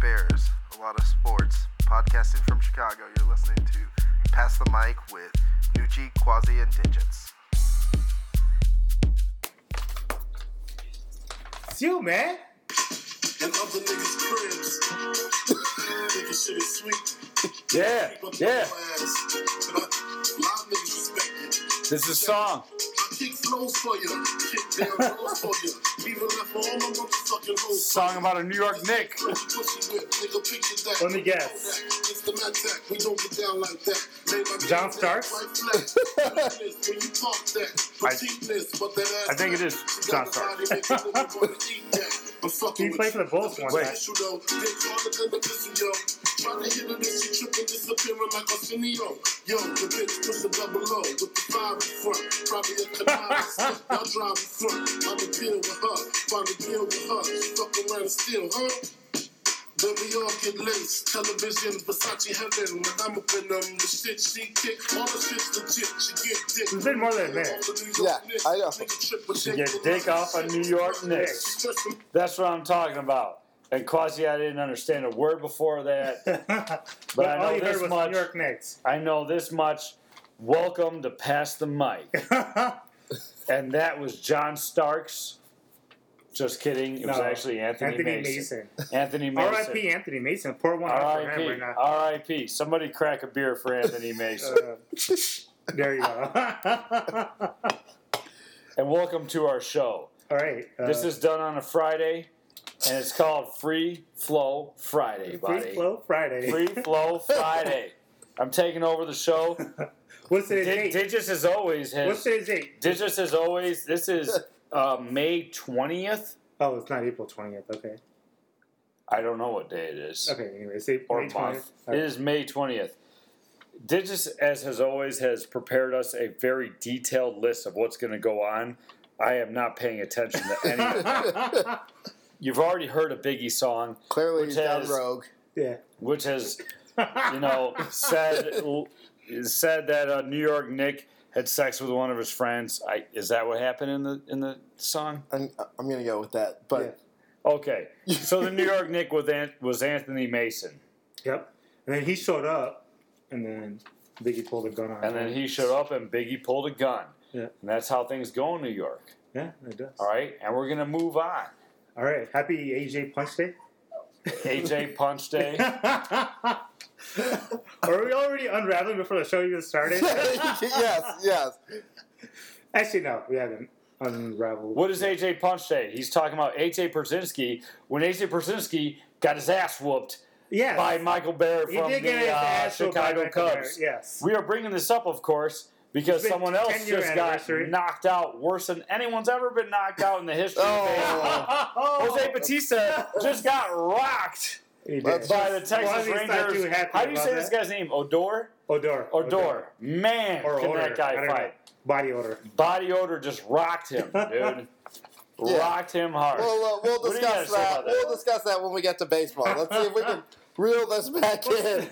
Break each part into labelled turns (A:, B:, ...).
A: Bears, a lot of sports. Podcasting from Chicago, you're listening to Pass the Mic with Nucci, Quasi, and Digits.
B: It's you, man.
C: and other niggas' cribs. Nigga shit is sweet.
D: Yeah,
C: Keep up
D: yeah.
C: your ass. But I- a lot of niggas respect it.
D: This is a song.
C: I kick flows for you. Kick down flows for you. Leave a left for all my motherfucking hoes.
D: Song about a New York Nick.
C: Let
B: Let me guess.
C: We don't get down like that. Man, my
B: John
C: kids
B: Starks?
C: act like flat. When you talk that, petiteness, but that ass
D: I think it is
C: fat. She
D: John
C: got a body that you wouldn't wanna eat that. But fucking
B: He
C: with
B: played for the Bulls one
C: Wait.
B: time.
C: Yo, the bitch puts a double O with the five in front. Probably a canal stunt. I'll drive in front. I'm a deal with her. Finally deal with her. She fuck around and steal, huh? Then we all get laced. Television, Versace heaven. When I'm up in them, the shit she kick. All the shit's legit. She get dick.
B: It's been more than a minute.
D: Yeah, I know.
C: She
D: get dick off a New York Knicks. That's what I'm talking about. And Quasi, I didn't understand a word before that.
B: but
D: But I
B: all
D: know
B: you
D: this
B: heard was
D: much.
B: New York Knicks.
D: I know this much. Welcome to Pass the Mic. And that was John Starks. Just kidding. It was
B: No,
D: actually Anthony,
B: Anthony
D: Mason.
B: Mason.
D: Anthony Mason.
B: R.I.P. Anthony Mason. Pour one out for him right
D: R.I.P.
B: now.
D: R.I.P. Somebody crack a beer for Anthony Mason.
B: Uh, there you go.
D: and welcome to our show.
B: All right. uh,
D: This is done on a Friday, and it's called Free Flow Friday, buddy.
B: Free Flow Friday.
D: Free Flow Friday. I'm taking over the show.
B: What's today's
D: Dig-
B: date?
D: Digis as always
B: What's
D: has.
B: today's date?
D: Digis as always. This is uh, May 20th.
B: Oh, it's not April 20th. Okay.
D: I don't know what day it is
B: Okay, anyway, say
D: or
B: May 20th.
D: month.
B: All right.
D: It is May 20th. Digis as has always has prepared us a very detailed list of what's going to go on. I am not paying attention to any of it. You've already heard a Biggie song,
E: Clearly,
D: Which
E: he's down
D: has-
E: rogue.
B: yeah.
D: which has you know, said said that uh, New York Nick had sex with one of his friends. I, is that what happened in the in the song?
E: I'm, I'm gonna go with that, but
D: Okay, so the New York Nick was An- was Anthony Mason,
B: Yep. And then he showed up, and then Biggie pulled a gun on
D: and
B: him.
D: then he showed up and Biggie pulled a gun,
B: Yeah.
D: and that's how things go in New York.
B: Yeah, it does.
D: All right, and we're gonna move on.
B: All right. Happy AJ Punch Day.
D: AJ Punch Day.
B: Are we already unraveling before the show even started?
E: yes, yes.
B: Actually, no, we haven't unraveled.
D: What is AJ Punch Day? He's talking about AJ Brzezinski when AJ Brzezinski got his ass whooped
B: Yes.
D: by Michael Bear
B: He
D: from
B: did get his
D: the uh,
B: ass whooped by
D: Chicago
B: Michael Bear,
D: Cubs.
B: yes.
D: We are bringing this up, of course, because
B: been
D: someone else
B: 10-year
D: just got
B: anniversary.
D: knocked out worse than anyone's ever been knocked out in the history of
E: Oh,
D: baseball. Jose Batista just got rocked
B: He did.
E: Let's-
D: by the
B: Why
D: Texas
B: is he not too
D: Rangers.
B: happy
D: How do you
B: about
D: say this
B: that?
D: guy's name? Odor?
B: Odor.
D: Odor. Man,
B: Or
D: can
B: odor.
D: that
B: I
D: guy
B: don't know.
D: fight.
B: Body odor.
D: Body odor just rocked him, dude.
E: Yeah.
D: Rocked him hard.
E: we'll, uh, we'll
D: What do you gotta
E: discuss
D: say
E: that.
D: about that?
E: We'll discuss that when we get to baseball. Let's see if we can reel this back in.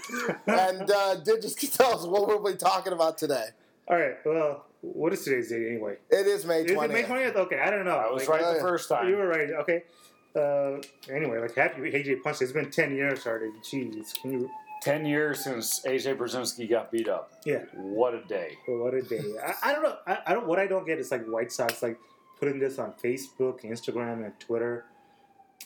E: And uh, Digis can tell us what we'll be talking about today.
B: All right. Well, what is today's date anyway?
E: It is May
B: Is it May
E: 20th.
B: 20th? Okay, I don't know.
D: I was
B: Like,
D: right
E: oh,
D: the
E: yeah.
D: first time.
B: You were right. Okay. Uh, anyway, like happy AJ Punch. Day. It's been ten years already. Jeez, can you?
D: 10 years since AJ Brzezinski got beat up.
B: Yeah.
D: What a day.
B: But what a day! I, I don't know. I, I don't. What I don't get is like White Sox like putting this on Facebook, Instagram, and Twitter.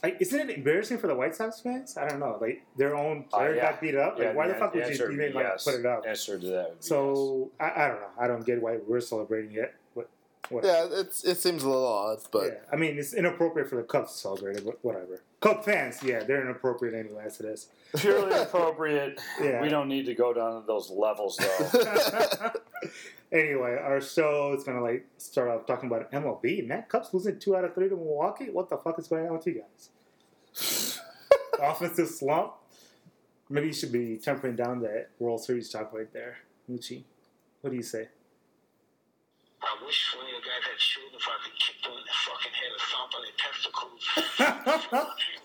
B: Like, isn't it embarrassing for the White Sox fans? I don't know. Like their own
D: Uh,
B: player
D: yeah.
B: got beat up. Like,
D: Yeah,
B: why the
D: an-
B: fuck would
D: answer
B: you even
D: be
B: like
D: yes.
B: put it up?
D: Answer to that. Would be
B: So I, I don't know. I don't get why we're celebrating it. But what?
E: Yeah, it's, it seems a little odd, but
B: Yeah, I mean, it's inappropriate for the Cubs to celebrate it, but whatever. Cub fans, yeah, they're inappropriate anyway, as it is.
D: yes. purely appropriate.
B: Yeah.
D: We don't need to go down to those levels though.
B: anyway, our show is going to, like, start off talking about MLB. Matt Cubs losing two out of three to Milwaukee. What the fuck is going on with you guys? Offensive slump. Maybe you should be tempering down that World Series talk right there. Nucci, what do you say?
F: I wish one of you guys had children if I could kick them in the fucking head or stomp on their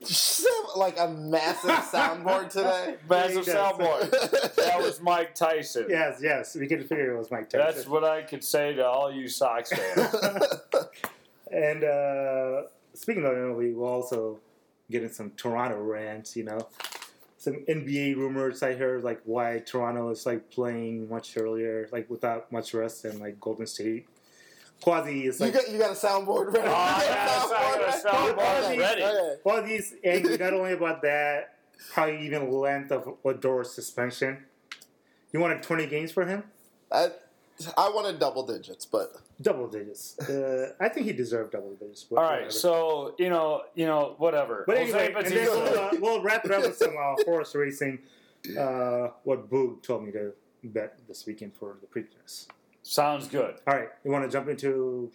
F: testicles.
E: like a massive soundboard today.
D: Massive
B: Yeah,
D: soundboard. that was Mike Tyson.
B: Yes, yes, we can figure it was Mike Tyson.
D: That's what I could say to all you Sox fans.
B: And uh, speaking of MLB, we'll also getting some Toronto rants, you know. Some NBA rumors I heard, like why Toronto is like playing much earlier, like without much rest, and like Golden State. Quasi is
E: You
B: like
E: got you got a soundboard ready.
D: Oh, I got a soundboard ready.
E: Okay.
B: Quasi's angry not only about that, probably even length of Odor's suspension. You wanted twenty games for him,
E: I, I wanted double digits, but
B: double digits. Uh, I think he deserved double digits.
D: All right, so you know, you know, whatever.
B: But
D: Jose
B: anyway, and then
D: Batista-
B: we'll, uh, we'll wrap it up with some uh, horse racing. Uh, what Boog told me to bet this weekend for the Preakness.
D: sounds good.
B: All right, you want to jump into?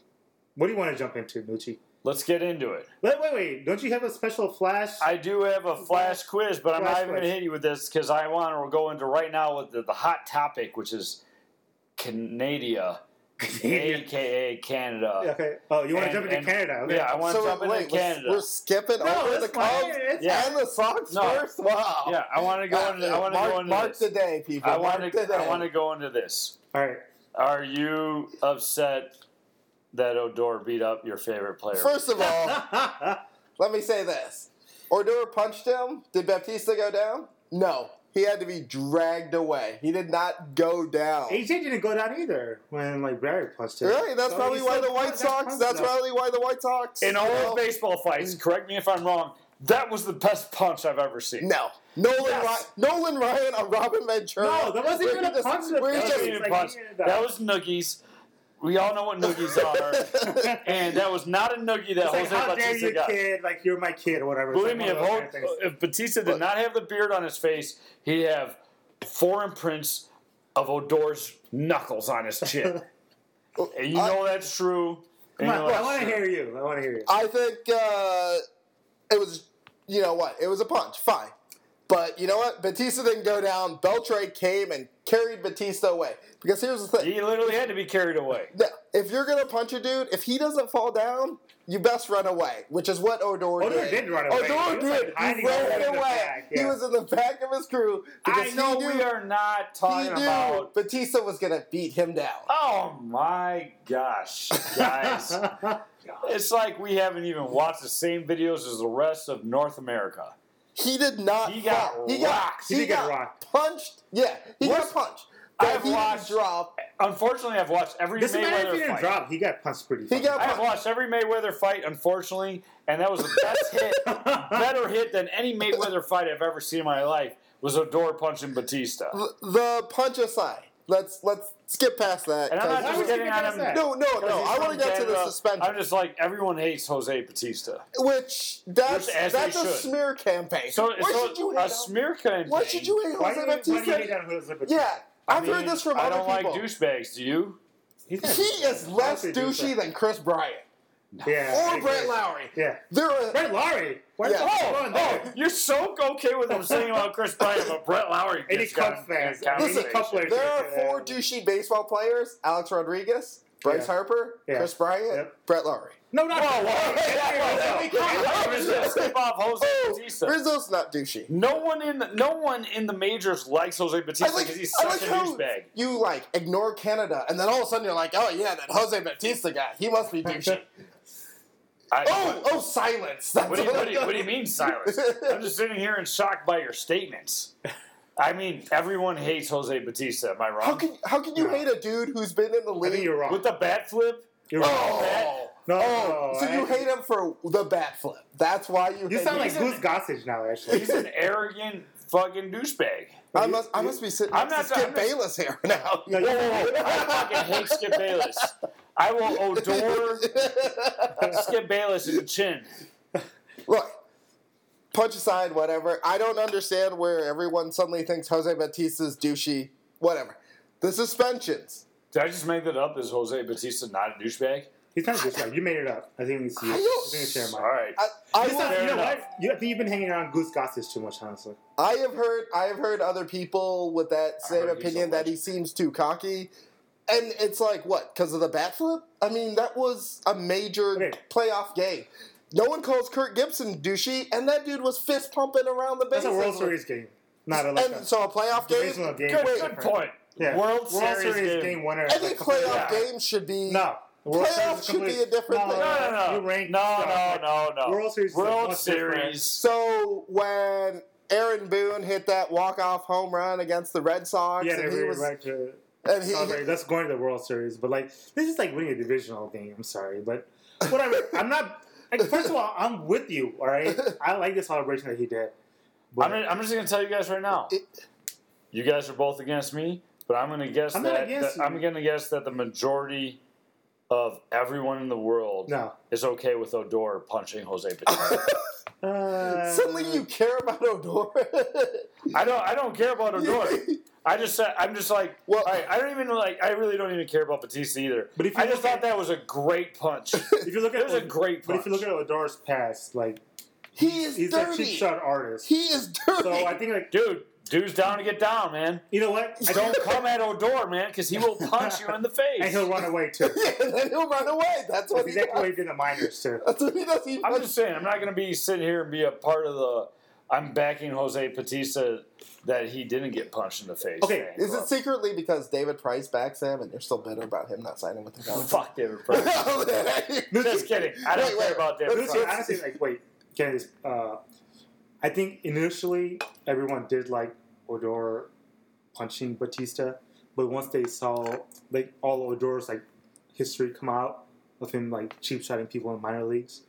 B: What do you want to jump into, Nucci?
D: Let's get into it.
B: Wait, wait, wait! Don't you have a special flash?
D: I do have a flash quiz, but I'm
B: Flash
D: not even going to
B: quiz.
D: hit you with this because I want to go into right now with the, the hot topic, which is Canada, aka Canada.
B: okay. Oh, you want
D: And-
B: to jump into
D: and-
B: Canada? Okay.
D: Yeah, I want to
E: so
D: jump into
E: wait,
D: Canada.
E: We're, we're skipping
B: No,
E: over
B: that's
E: the
B: fine.
E: Cubs
B: It's-
D: Yeah.
E: and the Sox
D: No.
E: first. Wow.
D: yeah, I want to go
B: Ah,
D: into. I want to
E: mark,
D: go into
E: mark
D: this.
E: the day, people.
D: I
E: want
D: to. I want to go into this.
B: All right.
D: Are you upset that Odor beat up your favorite player?
E: First of all, let me say this: Ordor punched him. Did Baptista go down? No, he had to be dragged away. He did not go down.
B: AJ didn't go down either when like Barry punched it.
E: Really? That's
B: So
E: probably
B: he
E: why
B: still
E: the White
B: got
E: Sox.
B: punched
E: That's
B: though.
E: probably why the White Sox.
D: in all
E: No.
D: of baseball fights, correct me if I'm wrong. That was the best punch I've ever seen.
E: No. Nolan,
D: Yes.
E: Ry- Nolan Ryan on Robin Ventura.
B: No, that wasn't
E: We're
B: even a
E: just-
B: punch in the
E: we're
D: That,
B: face.
E: just-
D: wasn't even
B: Like,
D: punch.
B: yeah.
D: that was noogies. We all know what noogies are, and that was not a noogie that
B: It's like,
D: Jose
B: how dare
D: Batista
B: you,
D: got.
B: kid? Like you're my kid or whatever. It's
D: Believe
B: like
D: me, uh,
B: one
D: if,
B: of those kind of
D: Ho-
B: things.
D: if Batista did not have the beard on his face, he'd have four imprints of Odor's knuckles on his chin. and you know that's true.
B: Come
D: and you
B: on,
D: know uh,
B: I
D: that's
B: want to
D: true.
B: hear you. I want to hear you.
E: I think uh, it was, you know what? It was a punch. Fine. But you know what? Batista didn't go down. Beltray came and carried Batista away. Because here's the thing.
D: He literally had to be carried away.
E: Th- If you're going to punch a dude, if he doesn't fall down, you best run away, which is what Odor,
B: Odor did run away.
E: Odor
B: He was, like,
E: did.
B: hiding
E: he ran
B: in
E: away.
B: the back,
E: He
B: yeah.
E: was in the back of his crew.
D: I
E: because
D: know
E: he knew,
D: we are not
E: he
D: talking
E: knew
D: about
E: Batista was going to beat him down.
D: Oh my gosh, guys. it's like we haven't even watched the same videos as the rest of North America.
E: He did not.
D: He got
E: fall.
D: rocked.
B: He did get rocked.
E: Punched. Yeah, he
D: Worst-
E: got punched. But
D: I've
E: he didn't
D: watched-
E: drop.
D: Unfortunately, I've watched every
B: Doesn't matter if he
D: Mayweather
B: didn't
D: fight.
B: drop. He got punched pretty.
E: He
B: fucking
E: got
D: I have watched every Mayweather fight, unfortunately, and that was the best hit, better hit than any Mayweather fight I've ever seen in my life. Was Odor punching Batista,
E: The- The punch aside. Let's let's skip past that.
D: and I'm
E: 'cause-
D: not
B: Why
D: just
B: was
D: getting
B: he
D: on
B: against
D: him.
B: that?
E: no, no,
D: 'cause
E: no.
D: he's
E: I want
D: from
E: to get to the
D: Canada.
E: suspension,
D: I'm just like everyone hates Jose Batista.
E: which that's
D: Which, as they
E: that's a
D: should.
E: smear campaign.
D: So,
E: Why
D: so
E: should you hate
D: a
E: him?
D: smear campaign.
E: Why should you hate
B: Why
E: Jose
B: do you, why do you hate
E: Batista?
B: on Jose Batista?
E: Yeah,
D: I
E: I've heard
D: mean,
E: this from
D: I
E: other
D: don't
E: people.
D: like douchebags. Do you?
B: He's not-
E: He is less
B: I'll say
E: douchey
B: douchebag.
E: than Chris Bryant
B: yeah, I
E: or
B: agree.
E: Brett Lowry.
B: Yeah,
E: There are
B: Brett Lowry. Why
E: Yeah.
B: the fuck you
D: Oh,
B: on there?
D: oh, you're so okay with them saying about Chris Bryant, but Brett Lowry
B: Any
D: gets got
B: Cubs
D: in- in
B: fans?
D: conversation.
B: Any Cubs players?
E: There are four douchey baseball players: Alex Rodriguez, Bryce
B: Yeah.
E: Harper,
B: Yeah.
E: Chris Bryant,
B: Yep.
E: Brett Lowry.
B: No, not.
E: oh,
D: Whoa, whoa,
B: Brett Lowry.
D: whoa, whoa, whoa. Rizzo, Step off Jose
E: Oh,
D: Batista.
E: Rizzo's not douchey.
D: No one in the, no one in the majors likes Jose Batista
E: I
D: because
E: like,
D: he's
E: I
D: such
E: like
D: a
E: how
D: douchebag.
E: you like ignore Canada, and then all of a sudden you're like, "Oh yeah, that Jose Batista guy, he must be douchey."
D: I-
E: oh, oh, silence. That's
D: What do, you,
E: what I
D: what, do you,
E: got.
D: what do you mean, Silas? I'm just sitting here in shock by your statements. I mean, everyone hates Jose Batista. Am I wrong?
E: How can how can you
B: No.
E: hate a dude who's been in the
B: I think
E: league?
B: you're wrong.
D: With the bat flip?
B: you're wrong.
E: Oh,
B: No,
E: oh,
B: no,
E: so
B: I-
E: you hate him for the bat flip? That's why you.
B: You
E: hate
B: sound
E: him.
B: like Goose Gossage now, actually.
D: He's an arrogant fucking douchebag.
E: I must. I must be sitting.
D: I'm
E: I'm not.
D: not-
E: Skip
D: I'm not-
E: Bayless here now.
B: No,
D: Whoa, whoa, whoa. I fucking hate Skip Bayless. I will adore Skip Bayless in the chin.
E: Look, punch aside, whatever. I don't understand where everyone suddenly thinks Jose Batista's douchey. Whatever. The suspensions.
D: Did I just make that up? Is Jose Batista not a douchebag?
B: He's not Goose Gossage. You made it up. I think it's you.
E: I
B: I,
E: don't-
B: think it's your
D: All
B: mind.
D: right.
E: I, I,
B: It's not-
E: will-
B: you know
D: enough.
B: what? You, I think you've been hanging around Goose Gossage too much, honestly.
E: I have heard. I have heard other people with that same
D: heard he's
E: opinion
D: a
E: that he seems too cocky. And it's like what? Because of the bat flip? I mean, that was a major
B: Okay.
E: playoff game. No one calls Kirk Gibson douchey, and that dude was fist pumping around the
B: That's
E: bases.
B: a World Series game, not a like
E: and
B: a
E: so a playoff game.
B: divisional game.
D: Good,
B: That's
D: good
B: different.
D: point.
B: Yeah.
D: World, Series, game.
B: winner.
E: Every
B: Like,
E: playoff
D: Yeah.
E: game should be
B: No, World Series
E: Playoffs
B: is
E: should be
B: complete-
E: a different
B: no,
E: thing.
B: no, no,
D: No,
B: You
D: no,
B: rank
D: no,
B: stuff.
D: no, no.
B: World Series is
D: World
B: much different.
D: Series.
E: So when Aaron Boone hit that walk-off home run against the Red Sox,
B: Yeah, they
E: and he
B: really
E: was
B: right to
E: and he,
B: celebrate. That's going to the World Series, but like this is like winning a divisional game. I'm sorry, but whatever. I'm not. Like, first of all, I'm with you. All right, I like the celebration that he did. But
D: I'm, gonna, I'm just going to tell you guys right now. You guys are both against me, but I'm going to guess
B: I'm not
D: that,
B: against
D: that- I'm
B: you.
D: going to guess that the majority of everyone in the world
B: no,
D: is okay with Odor punching Jose Bautista.
B: uh,
E: suddenly you care about Odor.
D: I don't I don't care about Odor. I just said I'm just like
E: Well-
D: well I, I don't even like I really don't even care about Batista either.
B: But if you
D: I just
B: look
D: thought that was a great punch.
B: If you look
D: It
B: at
D: was a great
B: but if you look
D: punch.
B: at Odor's past, like
E: he is
B: he's a cheap
E: dirty.
B: shot artist.
E: He is dirty.
B: so I think like
D: Dude, dude's down to get down, man.
B: you know what? I
D: Don't
B: think,
D: come at Odor, man, because he will punch you in the
B: and he'll
D: face.
B: run away too.
E: yeah, and then he'll run away.
B: That's
E: That's what he
B: exactly
E: does.
B: what he did in the minors too.
E: That's what he does. He
D: I'm just saying, I'm not going to be sitting here and be a part of the. I'm backing Jose Batista that he didn't get punched in the face.
B: Okay,
D: thing.
E: is it secretly because David Price backs him, and you're still bitter about him not signing with the Oh, Cowboys?
D: Fuck David Price. Just kidding. I don't
E: Wait,
D: care
E: wait.
D: about
B: But
D: David
B: it's like,
D: Price.
B: honestly, like, wait, can I just, uh, I think initially everyone did like Odor punching Batista, but once they saw like all Odor's like history come out of him like cheap shotting people in minor leagues,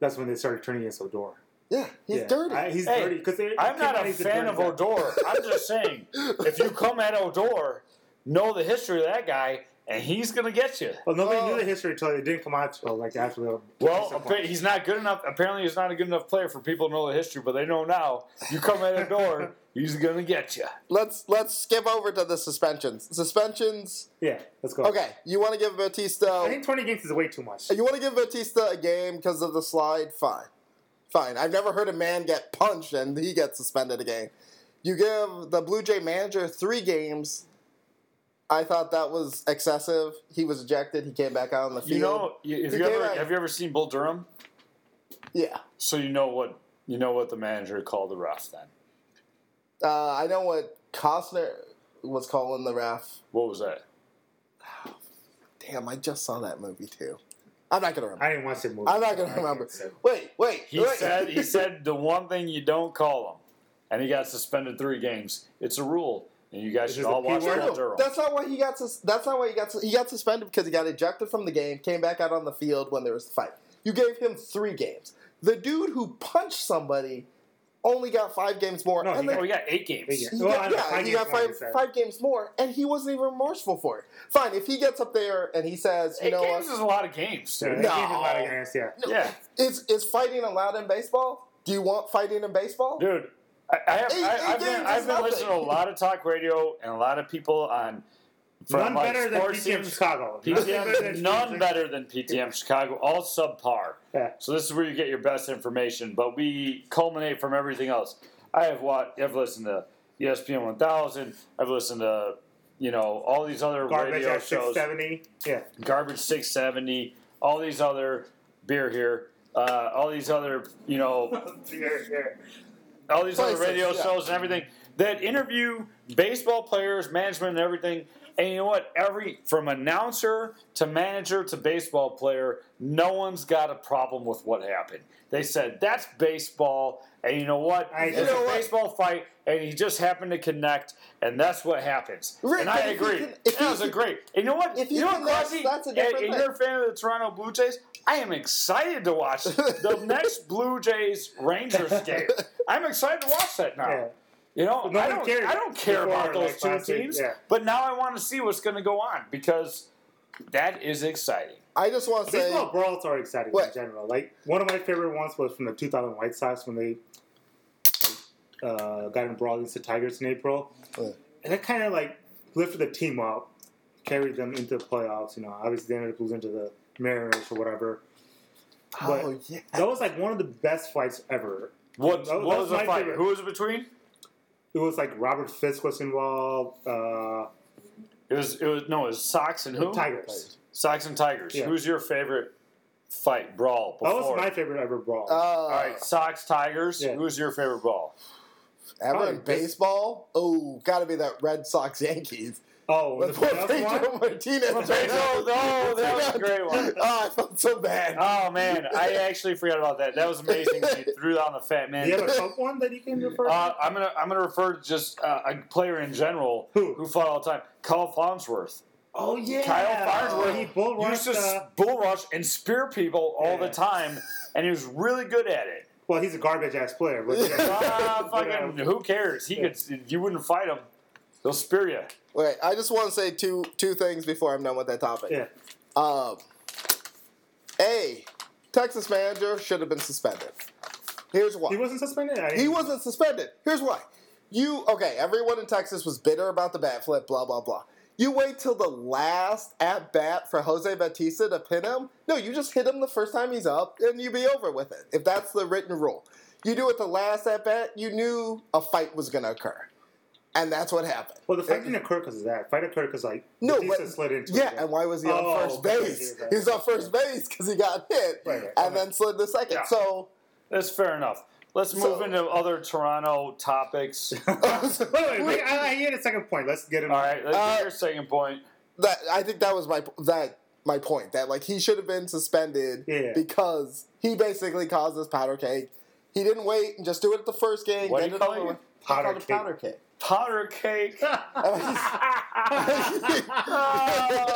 B: that's when they started turning against Odor.
E: Yeah, he's
B: Yeah.
E: dirty.
B: I, he's
D: Hey,
B: dirty because
D: I'm not a fan of Odor. I'm just saying, if you come at Odor, know the history of that guy, and he's gonna get you.
B: Well, nobody
E: Oh.
B: knew the history until it didn't come out till like after the.
D: Well,
B: some
D: appa-
B: point.
D: he's not good enough. Apparently, he's not a good enough player for people to know the history, but they know now. You come at Odor, he's gonna get you.
E: Let's let's skip over to the suspensions. Suspensions.
B: yeah, let's go.
E: Okay, you want to give Batista
B: I think 20 games is way too much.
E: You want to give Batista a game because of the slide? Fine. Fine. I've never heard a man get punched and he gets suspended a game. You give the Blue Jay manager three games. I thought that was excessive. He was ejected. He came back out on the field.
D: You know, you- if
E: He
D: you
E: came
D: ever
E: out-
D: have you ever seen Bull Durham?
E: yeah.
D: So you know what you know what the manager called the ref then.
E: Uh, I know what Costner was calling the ref.
D: What was that?
E: Damn, I just saw that movie too. I'm not gonna remember.
B: I didn't watch the movie.
E: I'm not gonna
B: I can't
E: remember.
B: say.
E: Wait, wait.
D: He
E: wait.
D: said he said the one thing you don't call him, and he got suspended three games. It's a rule, and you guys
B: This
D: should
B: is
D: all
B: the
D: watch
B: P word?
D: Bull
E: No,
D: Durham.
E: That's not why he got. Sus- that's not why he got. Sus- he got suspended because he got ejected from the game. Came back out on the field when there was the fight. You gave him three games. The dude who punched somebody only got five games more.
B: No,
E: and
B: he
E: then-
D: Oh, we got eight games.
B: Yeah.
E: he
B: Well, I
E: got,
B: know,
E: yeah,
B: five
E: he
B: games
E: got
B: more, he
E: five,
B: said.
E: five games more, and he wasn't even remorseful for it. Fine, if he gets up there and he says, "You
D: eight
E: know
D: games
E: what?
D: is a lot of games.
B: Yeah,
D: Dude.
B: they gave him a lot of
E: No.
B: games, yeah.
D: Yeah,
E: Is is fighting allowed in baseball? Do you want fighting in baseball?"
D: dude. I, I have,
E: Eight-
D: I,
E: eight
D: I've
E: games
D: been,
E: is
D: I've been
E: nothing.
D: listening to a lot of talk radio and a lot of people on
B: None
D: from like
B: better than
D: sports
B: PTM
D: teams.
B: Chicago. None better than
D: PTM, none
B: PTM.
D: better than PTM Chicago, all subpar.
B: Yeah.
D: So this is where you get your best information, but we culminate from everything else. I have watched, I've listened to E ESPN 1000. I've listened to, you know, all these other
B: Garbage
D: radio
B: at
D: shows.
B: 670. Yeah.
D: Garbage 670. All these other beer here. Uh, all these other, you know,
B: Here, here.
D: all these other
E: Places,
D: radio
E: yeah.
D: shows and everything that interview baseball players, management, and everything. And you know what? Every from announcer to manager to baseball player, no one's got a problem with what happened. They said that's baseball, and you know what?
B: I-
D: it's
B: You
E: know
D: a
E: what?
D: baseball fight, and he just happened to connect, and that's what happens.
E: Right,
D: and
E: but
D: I
E: if he
D: agree.
E: can- if
D: that
E: he
D: was a
E: can-
D: great. And you know what?
E: if he
D: you know what,
E: connects,
D: Quasi?
E: that's a
D: And-
E: different
D: and
E: thing.
D: you're a fan of the Toronto Blue Jays, I am excited to watch the next Blue Jays Rangers game. I'm excited to watch that now.
B: Yeah.
D: You know,
B: no
D: I
B: one
D: don't,
B: cared
D: I don't care
B: before,
D: about those
B: like,
D: two
B: last week,
D: teams,
B: yeah.
D: but now I want to see what's going to go on because that is exciting.
E: I just want to say,
B: Baseball brawls are exciting
E: What?
B: in general. Like, one of my favorite ones was from the 2000 White Sox when they uh, got in brawl against the Tigers in April.
E: Yeah.
B: And that kind of, like, lifted the team up, carried them into the playoffs. You know, obviously they ended up losing to the Mariners or whatever. But
E: oh yeah,
B: that was, like, one of the best fights ever.
D: What,
B: That- that
D: what
B: was
D: was the
B: my
D: fight?
B: favorite.
D: Who was it between?
B: It was, like, Robert Fisk was involved, uh,
D: It was, it was no, it was Sox and who?
B: Tigers.
D: Sox and Tigers.
B: Yeah.
D: Who's your favorite fight brawl? Before?
B: That was my favorite ever brawl.
E: uh,
D: All right, Sox Tigers.
B: Yeah.
D: Who's your favorite brawl?
E: ever
B: probably
E: in
B: bas-
E: baseball? Oh, got to be that Red Sox Yankees.
B: Oh,
E: With
B: the best
E: Pedro
B: one?
D: No,
E: Martinez.
D: no, that was a great one.
E: Oh, I felt so bad.
D: Oh man, I actually forgot about that. That was amazing. when You threw down the fat
B: Do
D: man.
B: you have a top one that you can refer
D: Uh,
B: to?
D: I'm gonna I'm gonna refer to just uh, a player in general
B: Who?
D: fought all the time. Kyle Farnsworth.
B: Oh, yeah. oh,
D: Kyle Farnsworth
B: He bull
D: used
B: rushed,
D: to s-
B: uh,
D: bull rush and spear people all the
B: Yeah.
D: time, and he was really good at it.
B: well, he's a garbage ass player. But
D: Ah, fucking, who cares? He could. You wouldn't fight him. He'll spear you.
E: Wait, I just want to say two two things before I'm done with that topic.
B: yeah.
E: Um, a Texas manager should have been suspended. Here's why.
B: He wasn't suspended? I,
E: He wasn't suspended. Here's why. You okay? Everyone in Texas was bitter about the bat flip. Blah blah blah. You wait till the last at bat for Jose Batista to pin him. No, you just hit him the first time he's up, and you be over with it. If that's the written rule, you do it the last at bat. You knew a fight was going to occur, and that's what happened.
B: Well, the fight didn't occur because of that. Fight occurred because, like,
E: No,
B: Batista
E: but-
B: slid into
E: Yeah,
B: it.
E: and why was he
B: Oh,
E: on first
B: okay,
E: base?
B: okay.
E: He was on first base because he got hit,
B: Right, right,
E: and
B: okay.
E: then slid the second.
D: Yeah.
E: So,
D: That's fair enough. Let's move
E: So-
D: into other Toronto topics. All
B: Wait, wait, wait, I, I had a second point. Let's get him.
D: right, let's
E: Uh,
D: your second point.
E: that I think that was my that my point that like he should have been suspended
B: Yeah.
E: because he basically caused this powder cake. He didn't wait and just do it at the first game.
D: What do
E: get
D: you
E: it
D: call
E: over
D: it?
E: with. He
B: Powder
E: called it
B: cake.
E: powder cake.
D: Powder cake.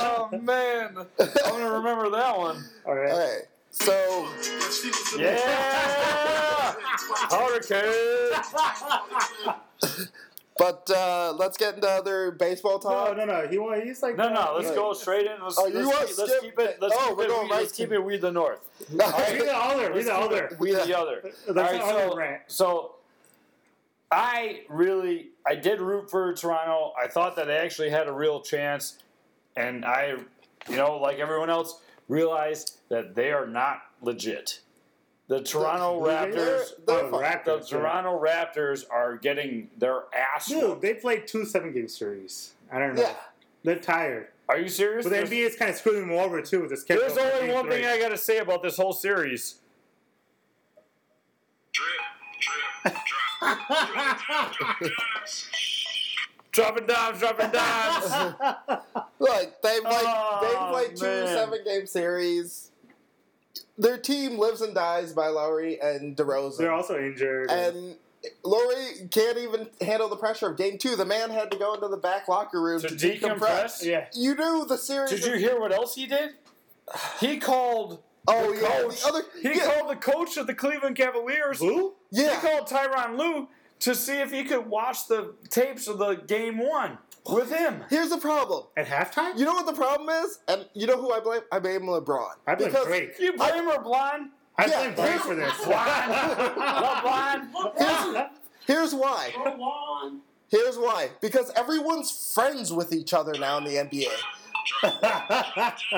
D: oh man, I'm gonna remember that one.
B: All right.
E: All right, so
C: Like she was in
D: Yeah, powder cake.
E: but uh, let's get into other baseball
B: No,
E: talk.
B: no, no. He wa- he's like uh,
D: No, no, let's go straight in. Let's,
E: Oh, you
D: let's
E: wanna
D: keep, let's
E: skip-
D: keep it. Let's
E: Oh,
D: keep
E: we're
D: it.
E: going
D: we,
E: right
D: let's
E: to-
D: keep it. We the North.
B: Be the other. Be the other.
D: We the
E: Yeah.
D: other.
B: That's
D: All right,
B: the other
D: so,
B: rant.
D: so I really, I did root for Toronto. I thought that they actually had a real chance, and I, you know, like everyone else, realized that they are not legit. The Toronto
E: They're- they're
D: Raptors.
B: Oh,
E: fine.
B: Raptors.
D: The
B: yeah.
D: Toronto Raptors are getting their ass.
B: Dude,
D: whooped.
B: they played two seven game series. I don't know.
E: Yeah.
B: They're tired.
D: Are you serious?
B: But the
D: There's-
B: NBA is kind of screwing them over too with this.
D: There's only one thing I got to say about this whole series.
F: Drip, drip, drop. Drop dimes.
D: Dropping dimes, dropping dimes.
E: Like they've like
D: Oh,
E: they've like two
D: man.
E: seven game series. Their team lives and dies by Lowry and DeRozan.
B: They're also injured.
E: And Lori can't even handle the pressure of game two. The man had to go into the back locker room
D: to
E: to,
D: decompress.
B: yeah.
E: You knew the series.
D: Did you hear what else he did? He called.
E: Oh
D: the
E: yeah,
D: coach.
E: the other.
D: He
E: yeah,
D: called the coach of the Cleveland Cavaliers.
B: Who?
D: He
E: yeah.
D: called Tyron Lue to see if he could watch the tapes of the game one with him.
E: Here's the problem.
B: At halftime?
E: You know what the problem is, and you know who I blame? I blame LeBron.
B: I blame
E: Because
B: Drake.
D: You blame her blind?
B: I
E: yeah,
B: blame Drake
E: here's-
B: for this.
D: LeBron? Ah,
E: Here's, here's why. Here's why. Because everyone's friends with each other now in the NBA.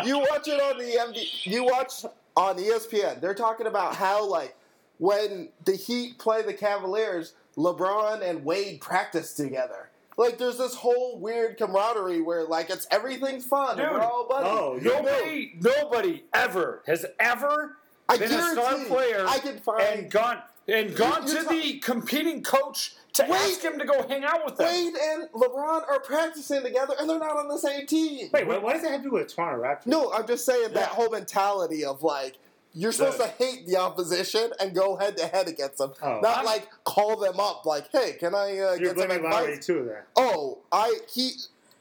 E: you watch it on the NBA. You watch on E ESPN. They're talking about how like when the Heat play the Cavaliers, LeBron and Wade practice together. Like there's this whole weird camaraderie where like it's everything's fun. and we're
D: Dude.
E: all buddies.
B: Oh, you
D: Nobody, nobody ever has ever
E: I
D: been a star
E: guarantee
D: player
E: I can find-
D: and gone and gone
E: you're
D: to
E: ta-
D: the competing coach to
E: Wait.
D: ask him to go hang out with them.
E: Wade and LeBron are practicing together, and they're not on the same team.
B: Wait, what, what does that have to do with Toronto Raptors?
E: No, I'm just saying that whole mentality of like you're supposed
D: Yeah.
E: to hate the opposition and go head to head against them,
B: Oh.
E: not like call them up like, "Hey, can I uh,
B: You're
E: get some
B: blaming Lowry
E: advice?"
B: too then.
E: Oh, I he.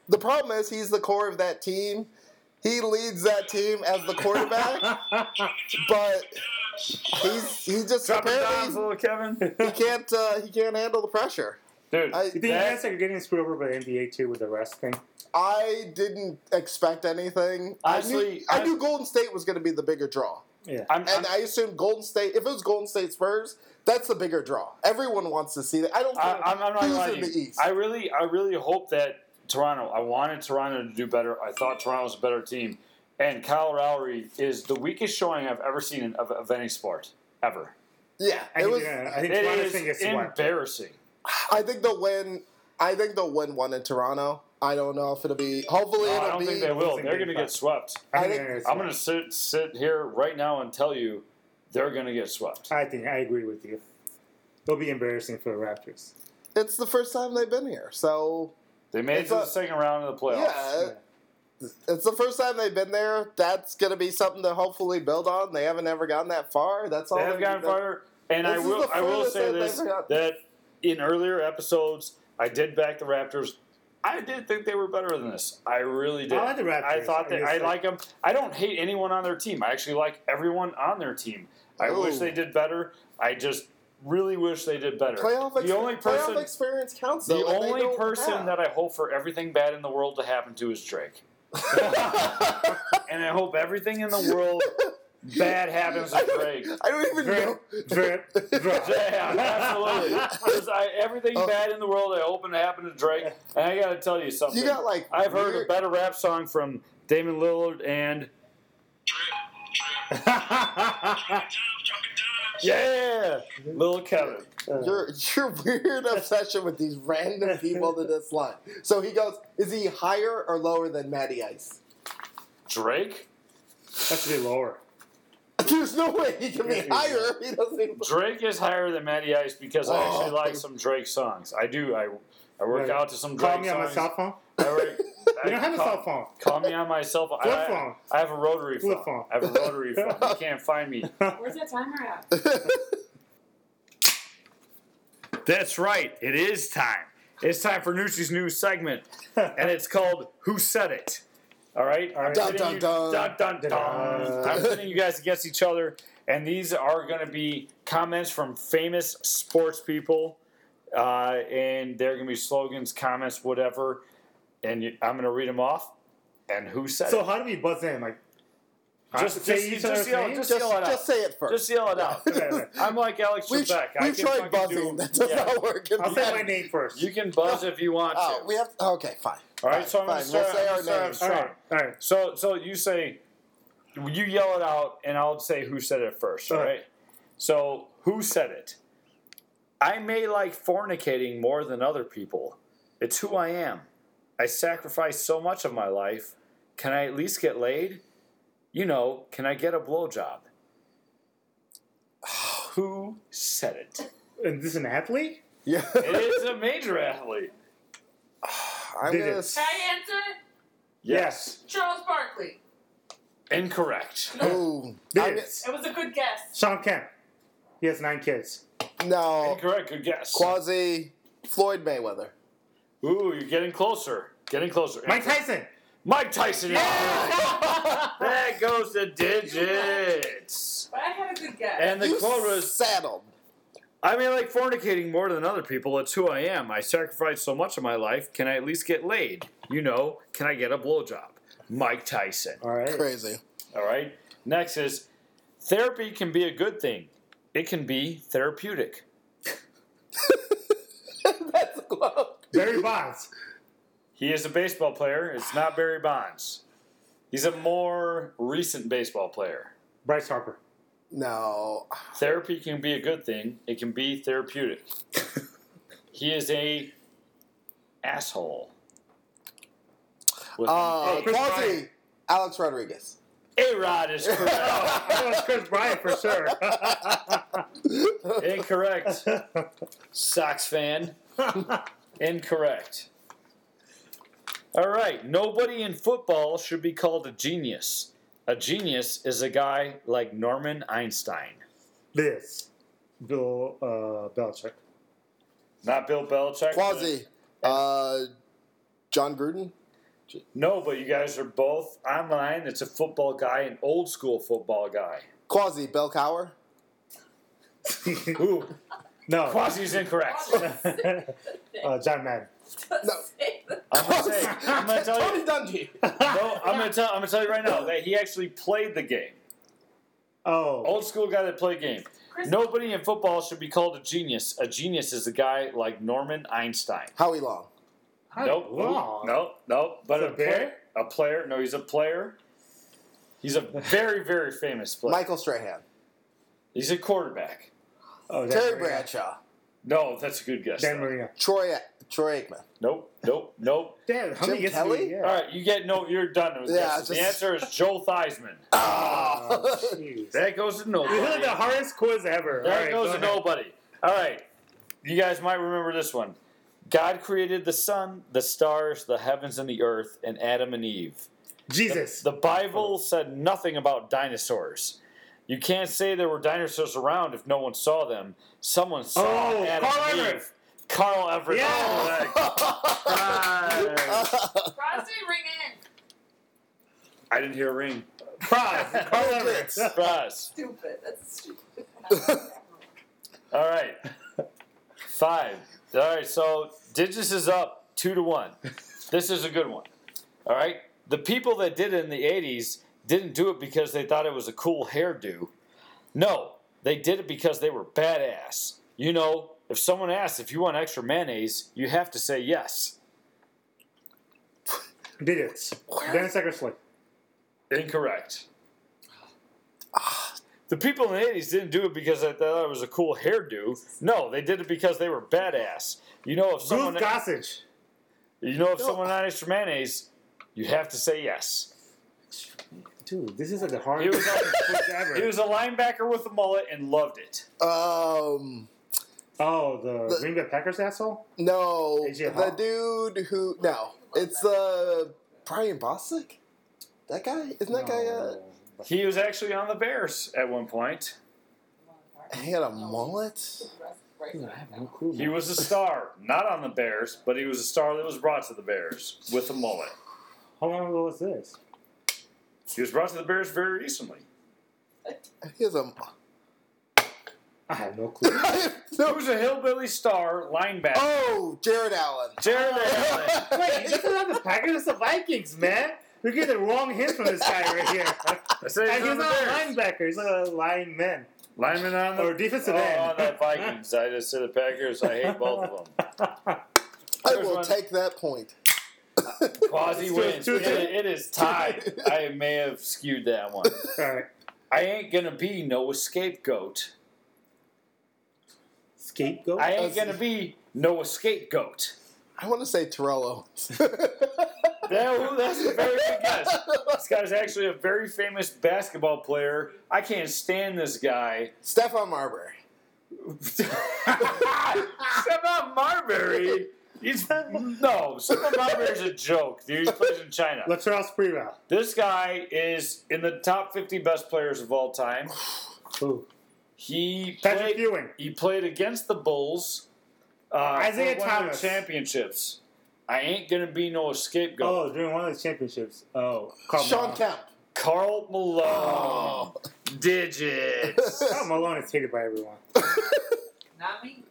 E: The problem is he's the core of that team. He leads that team as the quarterback, but he's he just
D: Dropping dimes,
E: apparently
D: little Kevin.
E: he can't uh, he can't handle the pressure.
D: Dude,
E: I-
B: You think
D: that-
B: you guys are getting screwed over by the NBA too with the rest thing?
E: I didn't expect anything.
D: Honestly,
E: I knew, I
D: I-
E: knew Golden State was going to be the bigger draw.
B: Yeah.
D: I'm, I'm,
E: And I assume Golden State, if it was Golden State Spurs, that's the bigger draw. Everyone wants to see that. I don't care
D: I, I'm, I'm not
E: who's
D: lying.
E: in the
D: to you.
E: East.
D: I really, I really hope that Toronto. I wanted Toronto to do better. I thought Toronto was a better team, and Kyle Lowry is the weakest showing I've ever seen in, of, of any sport ever.
E: yeah,
B: I
E: it
B: think,
E: was.
B: yeah, I think
D: It
B: Toronto's
D: is
B: thing is swept.
D: embarrassing.
E: I think they'll win. I think they'll win one in Toronto. I don't know if it'll be. Hopefully,
D: No,
E: it'll
D: I don't
E: be.
D: think they will.
B: losing
D: They're
B: game
D: going to
B: five.
D: get swept.
E: I
B: I
E: think-
B: think they're
D: I'm going to
B: swept.
D: sit sit here right now and tell you they're going to get swept.
B: I think I agree with you. It'll be embarrassing for the Raptors.
E: It's the first time they've been here, so
D: They made it
E: It's
D: to the
E: a-
D: second round of the playoffs.
E: Yeah. It's the first time they've been there. That's going to be something to hopefully build on. They haven't ever gotten that far. That's all
D: they have gotten
E: that-
D: fire. And I
E: This is
D: will,
E: the
D: I will
E: furthest
D: say
E: that they've
D: this:
E: gotten.
D: that in earlier episodes, I did back the Raptors. I did think they were better than this. I really did.
B: I like the Raptors.
D: I thought they,
B: I
D: I
B: just-
D: like them. I don't hate anyone on their team. I actually like everyone on their team. I wish
E: Ooh.
D: they did better. I just really wish they did better.
E: Playoff,
D: the
E: ex-
D: only person,
E: playoff experience counts.
D: the
E: though, and they
D: only
E: don't
D: person
E: have.
D: that I hope for everything bad in the world to happen to is Drake. and I hope everything in the world bad happens to Drake.
E: I don't even know.
B: Drip, drip, drip.
D: Yeah, absolutely. 'Cause I, everything
E: Oh.
D: bad in the world, I hope and happen to Drake. And I got to tell you something.
E: You got like
D: I've heard a
E: weird-
D: better rap song from Damon Lillard and
F: Drip, drip,
B: yeah,
F: dime, drop it down.
D: yeah, Lil Kevin.
E: your your weird obsession with these random people to this line. So he goes, is he higher or lower than Matty Ice?
D: Drake.
B: that should be lower.
E: There's no way he can be
B: Yeah.
E: higher. He doesn't even.
D: Drake is higher than Matty Ice because I actually
E: Oh.
D: like some Drake songs. I do. I I work
B: Right.
D: out to some Drake
B: Call me on
D: songs.
B: my cell phone.
D: I work-
B: You don't have a
D: call-
B: cell phone.
D: Call me on my cell phone.
B: Flip
D: I,
B: phone.
D: I have a rotary
B: Flip
D: phone.
B: phone.
D: I have a rotary phone. You can't find me.
G: Where's that timer at?
D: That's right. It is time. It's time for Nucci's new segment, and it's called "Who Said It." All right. All right.
E: Dun, dun, dun.
D: dun, dun, dun. I'm pitting you guys against each other, and these are going to be comments from famous sports people, uh, and they're going to be slogans, comments, whatever. And you, I'm going to read them off. And who said
B: So
D: it?
B: how do we buzz in? Like,
D: Just,
B: say
D: just,
B: each
D: just,
B: other's
D: yell,
B: name?
D: just
E: Just,
D: yell it
E: just
D: out.
E: say it first.
D: Just yell it out.
B: okay, okay.
D: I'm like Alex
E: we've
D: Trebek. I
E: we've
D: can fucking
E: tried
D: do-
E: buzzing. That does
D: yeah.
E: not work.
B: I'll say my name first.
D: You can buzz if you want
E: Oh,
D: to.
E: we have. Okay, fine.
D: All right,
E: Fine,
D: so I'm going to
E: fine. We'll
D: start.
E: say
D: I'm
E: our
D: gonna start
E: names.
D: strong.
B: all right, all right.
D: So, so you say, you yell it out, and I'll say who said it first. All
B: All
D: right.
B: right.
D: So, who said it? I may like fornicating more than other people. It's who I am. I sacrifice so much of my life. Can I at least get laid? You know, can I get a blowjob? Who said it?
B: And this is an athlete?
E: Yeah,
D: It is a major athlete.
E: I'm
B: Did
E: gonna.
B: it.
E: s-
G: Can I answer?
D: Yes.
G: Charles Barkley.
D: Incorrect.
E: Ooh, I'm
B: This.
G: It was a good guess.
B: Sean Kemp. He has nine kids.
E: gonna- no,
D: Incorrect. Good guess.
E: Quasi Floyd Mayweather.
D: Ooh, you're getting closer. Getting closer.
B: Mike Tyson.
D: Mike Tyson. that goes to digits.
G: But I had a good guess.
D: And the
E: you
D: quote was,
E: saddled.
D: "I may like fornicating more than other people. It's who I am. I sacrificed so much of my life. Can I at least get laid? You know, can I get a blowjob?" Mike Tyson.
B: All right.
E: Crazy.
D: All right. Next is therapy can be a good thing. It can be therapeutic.
E: That's close.
B: Barry Bonds.
D: He is a baseball player. It's not Barry Bonds. He's a more recent baseball player.
B: Bryce Harper.
E: No,
D: Therapy can be a good thing. It can be therapeutic. he is a asshole. With
E: Uh,
D: an
B: Chris
E: Quasi,
B: Bryant.
E: Alex Rodriguez.
D: A Rod is correct.
B: That was Chris Bryant for sure.
D: Incorrect. Sox fan. Incorrect. All right. Nobody in football should be called a genius. A genius is a guy like Norman Einstein.
B: this. Bill uh, Belichick.
D: Not Bill Belichick. but-
E: Quasi, uh, John Gruden.
D: No, but you guys are both online. It's a football guy, an old school football guy.
E: Quasi, Bell Cower.
D: Ooh,
B: No.
D: Quasi's incorrect.
B: uh, John Madden.
E: No.
D: I'm gonna, say, I'm gonna tell
E: Tony
D: you.
E: Dungy.
D: No, I'm gonna tell. I'm gonna tell you right now that he actually played the game.
B: Oh.
D: Old school guy that played game.
G: Chris,
D: Nobody in football should be called a genius. A genius is a guy like Norman Einstein.
E: Howie Long.
D: Nope.
B: Wow.
D: Nope. Nope. But
B: Is
D: a,
B: it
D: player.
B: Bear?
D: A player. No, he's a player. He's a very, very famous player.
E: Michael Strahan.
D: He's a quarterback.
B: Oh, Dan
E: Terry
B: Marino.
E: Bradshaw.
D: No, that's a good guess.
B: Dan
D: though.
B: Marino.
E: Troy, Troy Aikman.
D: Nope. Nope. Nope.
B: Dan, how many
E: Jim
B: gets do we
E: Kelly?
B: get?
D: All right, you get no. You're done with
E: Yeah,
D: guesses. The
E: just-
D: answer is Joe Theismann.
B: Oh,
E: Ah.
B: jeez.
D: That goes to nobody.
B: This is the hardest quiz ever.
D: That
B: All right,
D: goes
B: go
D: to
B: ahead.
D: nobody. All right, you guys might remember this one. God created the sun, the stars, the heavens, and the earth, and Adam and Eve.
B: Jesus.
D: The Bible said nothing about dinosaurs. You can't say there were dinosaurs around if no one saw them. Someone saw
B: Oh,
D: Adam
B: Carl
D: and
B: Everett.
D: Eve. Carl Everett.
B: Yes.
D: Right.
G: Crosby, ring in.
D: I didn't hear a ring.
B: Prize. Carl Everett.
D: Surprise.
G: Stupid. That's stupid.
D: All right. Five. All right, so Digis is up two to one. This is a good one. All right. The people that did it in the 80s didn't do it because they thought it was a cool hairdo. No, they did it because they were badass. You know, if someone asks if you want extra mayonnaise, you have to say yes.
B: Did it. Dennis Eckersley.
D: Incorrect. The people in the 80s didn't do it because they thought it was a cool hairdo. No, they did it because they were badass. You know, if someone
B: Ruth Gossage.
D: You know, if someone not extra mayonnaise, you have to say yes.
B: Dude, this is like the hardest
D: He was,
B: quiz ever.
D: he was a linebacker with a mullet and loved it.
E: Um,
B: oh, the,
E: The-
B: Green Bay Packers asshole?
E: no,
B: AJ
E: the
B: Hall?
E: dude who no, it's uh Brian Bosick. That guy uh, isn't that
B: Oh,
D: He was actually on the Bears at one point.
E: guy? Uh, he had a mullet.
B: Dude, I have no clue.
D: He was a star, not on the Bears, but he was a star that was brought to the Bears with a mullet.
B: How long ago was this?
D: He was brought to the Bears very recently.
E: He has a.
B: I have no clue.
E: I have
D: He
E: no-
D: was a hillbilly star linebacker.
E: oh, Jared Allen.
D: Jared Allen.
B: Wait, this is not the Packers, it's the Vikings, man. We get the wrong hint from this guy right here.
D: I said
B: and
D: he's
B: he's
D: on the
B: not a
D: Bears.
B: linebacker, he's like a lineman.
D: Lineman on the
B: Or defensive
D: oh,
B: end.
D: on the Vikings. I just said the Packers. I hate both of them.
E: I
D: There's
E: will
D: one.
E: take that point.
D: Quasi
B: Two-
D: wins.
B: two-
D: It- it is tied. I may have skewed that one.
B: Alright.
D: I ain't gonna be no scapegoat.
B: Scapegoat?
D: I ain't gonna be no scapegoat.
E: I want to say Terrell Owens.
D: That, that's a very good guess. This guy's actually a very famous basketball player. I can't stand this guy.
E: Stefan Marbury.
D: Stefan Marbury. He's, no, Stefan Marbury's a joke. Dude, he plays in China.
B: Latrell Sprewell.
D: This guy is in the top 50 best players of all time.
B: Ooh.
D: He
B: Patrick
D: played,
B: Ewing.
D: he played against the Bulls. Uh,
B: Isaiah
D: for one of their
B: Thomas.
D: championships. I ain't gonna be no scapegoat.
B: Oh, during one of the championships. Oh, Carl
E: Sean
B: Malone.
E: Kemp.
D: Carl Malone. Digits.
B: Carl Malone is hated by everyone.
G: Not me.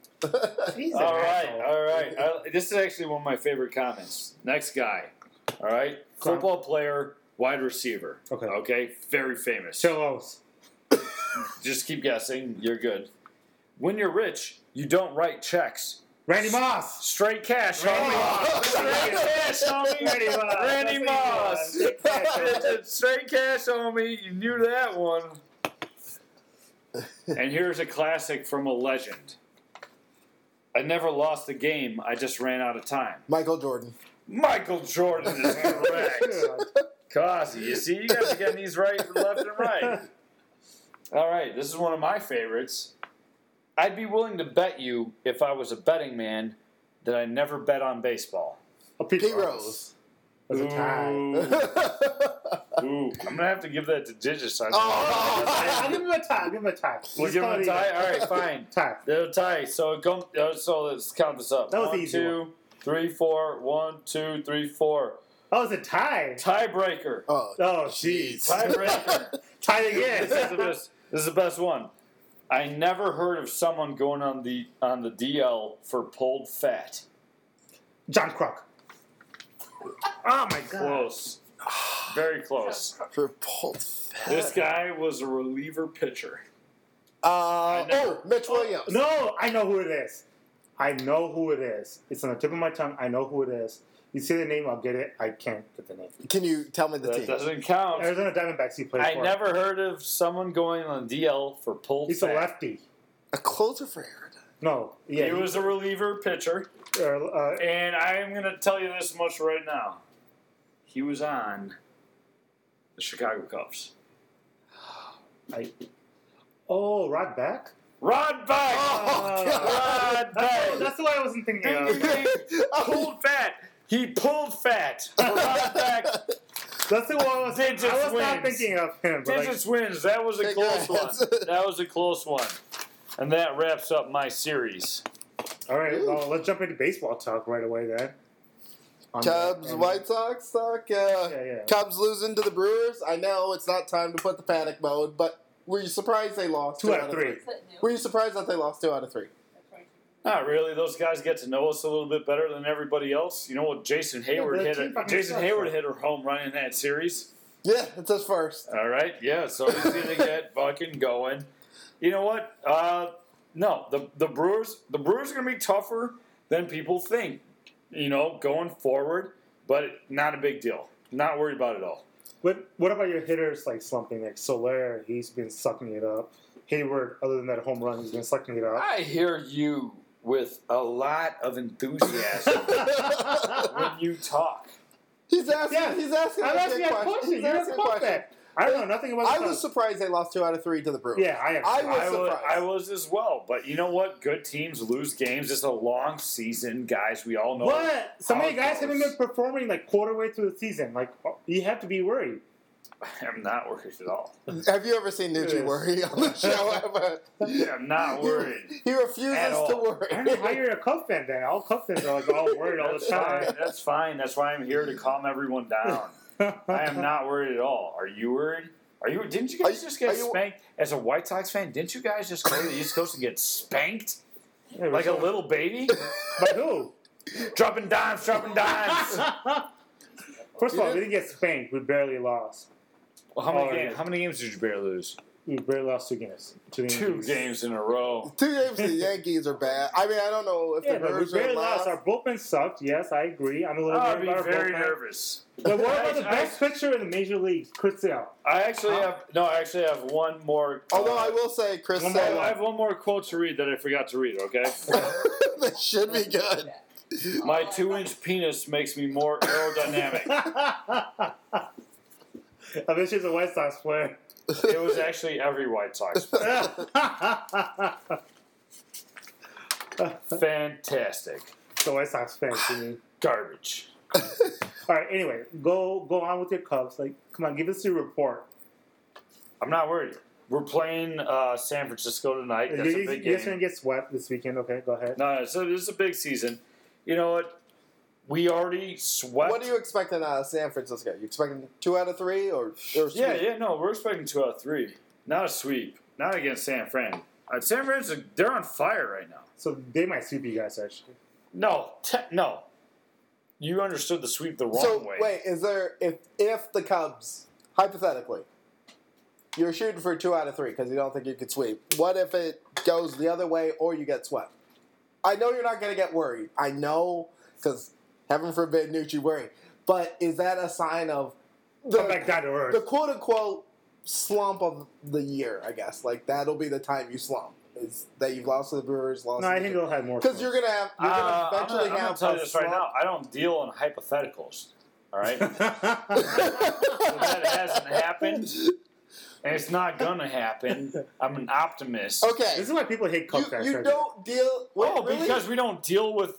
B: He's an
D: all right,
B: asshole.
D: all right. I, this is actually one of my favorite comments. Next guy. All right.
B: Go on.
D: Football player, wide receiver.
B: Okay.
D: Okay. Very famous.
B: Chill out.
D: Just keep guessing. You're good. When you're rich, you don't write checks.
B: Randy Moss.
D: Straight cash,
B: Randy
D: homie.
B: Moss.
D: Straight cash, homie.
B: Randy Moss.
D: Randy
B: That's
D: Moss.
B: what he was.
D: Straight cash, homie. You knew that one. And here's a classic from a legend. I never lost a game. I just ran out of time.
E: Michael Jordan.
D: Michael Jordan is correct. Kazi, you see, you guys are getting these right, left, and right. All right, this is one of my favorites. I'd be willing to bet you, if I was a betting man, that I never bet on baseball.
B: Oh, Pete,
E: Pete
B: Rose.
E: Rose.
B: That's a tie.
D: Ooh, ooh, I'm gonna have to give that to Digis. I
E: oh,
B: I'll give him a tie. I'll give him a tie.
D: we'll
B: He's
D: give him a
B: probably-
D: tie. All right, fine.
B: Tie.
D: They'll tie. So go. uh, So let's count this up.
B: That was
D: One,
B: the easy
D: two, three, four. One, two, three, four.
B: Oh, it's a tie.
D: Tiebreaker.
E: oh,
B: Oh, jeez.
D: Tiebreaker.
B: Tied
D: This is the
B: again.
D: best. This is the best one. I never heard of someone going on the on the DL for pulled fat.
B: John Crook. Oh, my God.
D: Close. Very close.
E: for pulled fat.
D: This guy was a reliever pitcher.
E: Uh,
D: never-
E: oh, Mitch Williams.
B: No, I know who it is. I know who it is. It's on the tip of my tongue. I know who it is. You say the name, I'll get it. I can't get the name.
E: Can you tell me the
D: That
E: team?
D: doesn't count.
B: Arizona Diamondbacks, he played
D: I
B: for.
D: never heard of someone going on DL for pulled
B: He's a
D: fat.
B: lefty.
E: A closer for Arizona.
B: No, yeah,
D: he was a reliever pitcher,
B: uh, uh,
D: and I'm going to tell you this much right now. He was on the Chicago Cubs.
B: I, oh, Rod Beck.
D: Rod Beck.
E: Oh,
D: Rod Beck.
B: That's that's Oh. what I wasn't thinking of.
D: pulled fat. He pulled fat. Brought back.
B: That's the one I was, I
D: Digits
B: was not
D: wins.
B: thinking of him. But like,
D: Digits wins. That was a
E: Big
D: close one.
E: ass.
D: That was a close one. And that wraps up my series.
B: all right, well, let's jump into baseball talk right away then. On the-
E: Cubs,
B: and-
E: White Sox suck.
B: Yeah,
E: Uh,
B: yeah.
E: Cubs losing to the Brewers. I know it's not time to put the panic mode, but were you surprised they lost
B: Two out of three.
G: Is that new?
E: Were you surprised that they lost two out of three?
G: That's right.
D: Not really. Those guys get to know us a little bit better than everybody else. You know what? Jason Hayward
B: but
D: hit.
B: the
D: A,
B: team fucking
D: Jason
B: sucks,
D: Hayward
B: though.
D: hit a home run in that series.
E: Yeah, it's his first.
D: All right. Yeah. So he's gonna get fucking going. You know what? Uh, no. The the Brewers. The Brewers are gonna be tougher than people think. You know, going forward, but not a big deal. Not worried about it at all.
B: What What about your hitters like slumping? Like Soler, he's been sucking it up. Hayward, other than that home run, he's been sucking it up.
D: I hear you with a lot of enthusiasm when you talk.
E: He's asking.
B: Yeah.
E: He's asking.
B: I'm
E: a
B: asking
E: good
B: that question. You
E: He's asking
B: didn't
E: a
B: fuck
E: question.
B: that. I don't know nothing about.
E: I
B: the
E: was
B: Cubs.
E: surprised they lost two out of three to the Brewers.
B: Yeah, I am.
E: I
B: surprised.
E: was
D: I was,
E: surprised.
D: I was as well, but you know what? Good teams lose games. It's a long season, guys. We all know.
B: What? So many
D: How it
B: guys haven't been
D: goes.
B: performing like quarter way through the season. Like you have to be worried.
D: I'm not worried at all.
E: Have you ever seen Nucci
B: Yes.
E: worry on the show ever?
D: I'm not worried.
E: He refuses
D: At
E: to
D: all.
E: worry.
B: I don't know how you're a Cub fan then. All Cub fans are like all worried all the
D: That's fine.
B: time.
D: That's fine. That's why I'm here to calm everyone down. I am not worried at all. Are you worried? Are you? Didn't you
E: Are
D: guys
E: you-
D: just
E: are
D: get
E: you-
D: spanked as a White Sox fan? Didn't you guys just go to the East Coast and get spanked
B: Yeah,
D: like a
B: so-
D: little baby?
B: But who?
D: dropping dimes, dropping dimes. well,
B: First of
E: You
B: all, we didn't get spanked. We barely lost.
D: how,
B: Oh,
D: many ga-
B: yeah.
D: how many games did you barely lose?
B: We barely lost two games. Two,
D: Two
B: games.
D: games in a row.
E: Two games to the Yankees are bad. I mean, I don't know if
B: Yeah,
E: the
B: but we
E: Brewers are
B: barely
E: lost.
B: lost. Our bullpen sucked. Yes, I agree. I'm a little
D: I'd
B: worried
D: be
B: about our
D: very
B: bullpen.
D: nervous.
B: But what about the
D: I- I-
B: best pitcher in the major leagues, Chris Sale?
D: I actually have no. I actually have one more.
E: Although
D: uh,
E: I will say, Chris
B: One
E: Sale,
D: I have one more quote to read that I forgot to read. Okay,
E: they should be good.
D: my two-inch penis makes me more aerodynamic.
B: I bet she's a White Sox player.
D: it was actually every White Sox. player.
B: the
D: Fantastic
B: White Sox fan to me.
D: garbage.
B: All right. Anyway, go go on with your Cubs. Like, come on, give us your report.
D: I'm not worried. We're playing uh, San Francisco tonight. That's
B: You're,
D: a big
B: you're
D: game.
B: just gonna get swept this weekend. Okay, go ahead.
D: No, no, so this is a big season. You know what? We already swept.
E: What are you expecting out of San Francisco? You expecting two out of three or, or
D: Yeah,
E: sweep?
D: yeah, no, we're expecting two out of three. Not a sweep. Not against San Fran. Uh, San Fran's they're on fire right now.
B: So they might sweep you guys actually.
D: No, te- no. You understood the sweep the wrong
E: So
D: way.
E: wait, is there if if the Cubs hypothetically you're shooting for two out of three because you don't think you could sweep? What if it goes the other way or you get swept? I know you're not going to get worried. I know because heaven forbid Nucci worry, but is that a sign of the
B: Come
D: Oh
B: back down to earth.
E: the quote unquote slump of the year, I guess. Like that'll be the time you slump is that you've lost to the Brewers, lost
B: No, I think
E: because
B: they'll have more.
E: you're gonna have you're gonna
D: Uh, I'm
E: eventually
D: gonna, I'm gonna
E: have
D: tell
E: a
D: you this right now.
E: slump.
D: I don't deal in hypotheticals. All right, so
B: gonna.
D: that hasn't happened, and it's not gonna happen. I'm an optimist.
E: Okay,
B: this is why people hate Cubs
E: you,
B: fans.
E: you
B: right?
E: don't deal. Wait,
D: oh,
E: really?
D: because we don't deal with.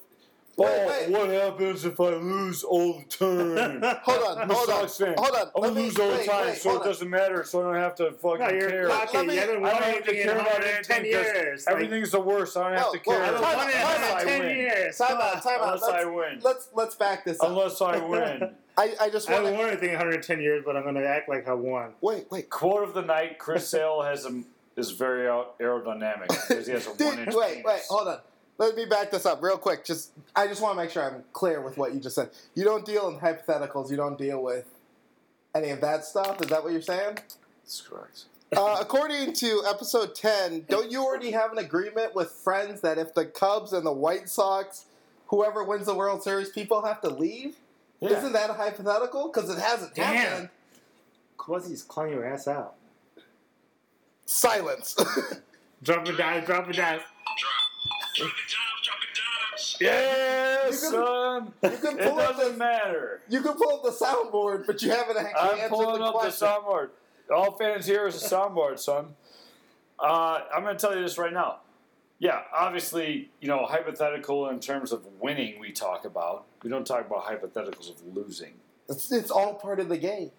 E: Wait,
D: oh,
E: wait.
D: what happens if I lose all the time?
E: hold on,
D: I'm a
E: hold on,
D: Sox fan.
E: hold on.
D: I'm gonna
E: Let me-
D: lose all the
E: wait,
D: time,
E: wait,
D: so
E: hold
D: it
E: on.
D: doesn't matter. So I don't have to fucking
B: No, you're
D: care.
E: Let
B: cocky.
E: me-
B: You haven't
D: I
B: won
D: don't have to
B: anything in
D: care about anything
B: 110
D: because
B: years.
D: everything's the worst. I don't have
E: Whoa,
D: to
E: whoa,
D: care
E: whoa, whoa,
B: Like,
E: whoa,
D: unless
E: whoa,
D: I
B: 110
D: win.
B: years.
E: Time
B: Come
E: out,
B: on.
E: time out.
D: Unless I
E: Let's,
D: win.
E: let's let's back this up.
D: Unless I win.
E: I, I just
B: I
E: want
B: haven't
E: to
B: won anything in 110 years, but I'm going to act like I won.
E: wait, wait.
D: Quote of the night: Chris Sale has a, is very out- aerodynamic because he has a
E: Dude,
D: one inch.
E: wait, wait, hold on. Let me back this up real quick. Just, I just want to make sure I'm clear with what you just said. You don't deal in hypotheticals. You don't deal with any of that stuff. Is that what you're saying?
D: That's correct.
E: Uh, according to episode ten, don't you already have an agreement with friends that if the Cubs and the White Sox, whoever wins the World Series, people have to leave?
D: Yeah.
E: Isn't that a hypothetical? Because it hasn't
B: Damn.
E: happened.
B: Quasi's calling your ass out.
E: Silence.
B: Drop a dive, drop a dive.
F: Dropping dimes, dropping dimes.
D: Yes,
E: You can-
D: son.
E: you can
D: It
E: pull up
D: doesn't
E: the
D: matter.
E: you can pull up the soundboard, but you haven't actually
D: I'm
E: answered
D: pulling
E: the
D: up
E: question.
D: the soundboard. All fans here is a soundboard, son. Uh, I'm going to tell you this right now. yeah, obviously, you know, hypothetical in terms of winning, we talk about. We don't talk about hypotheticals of losing.
E: It's, it's all part of the game.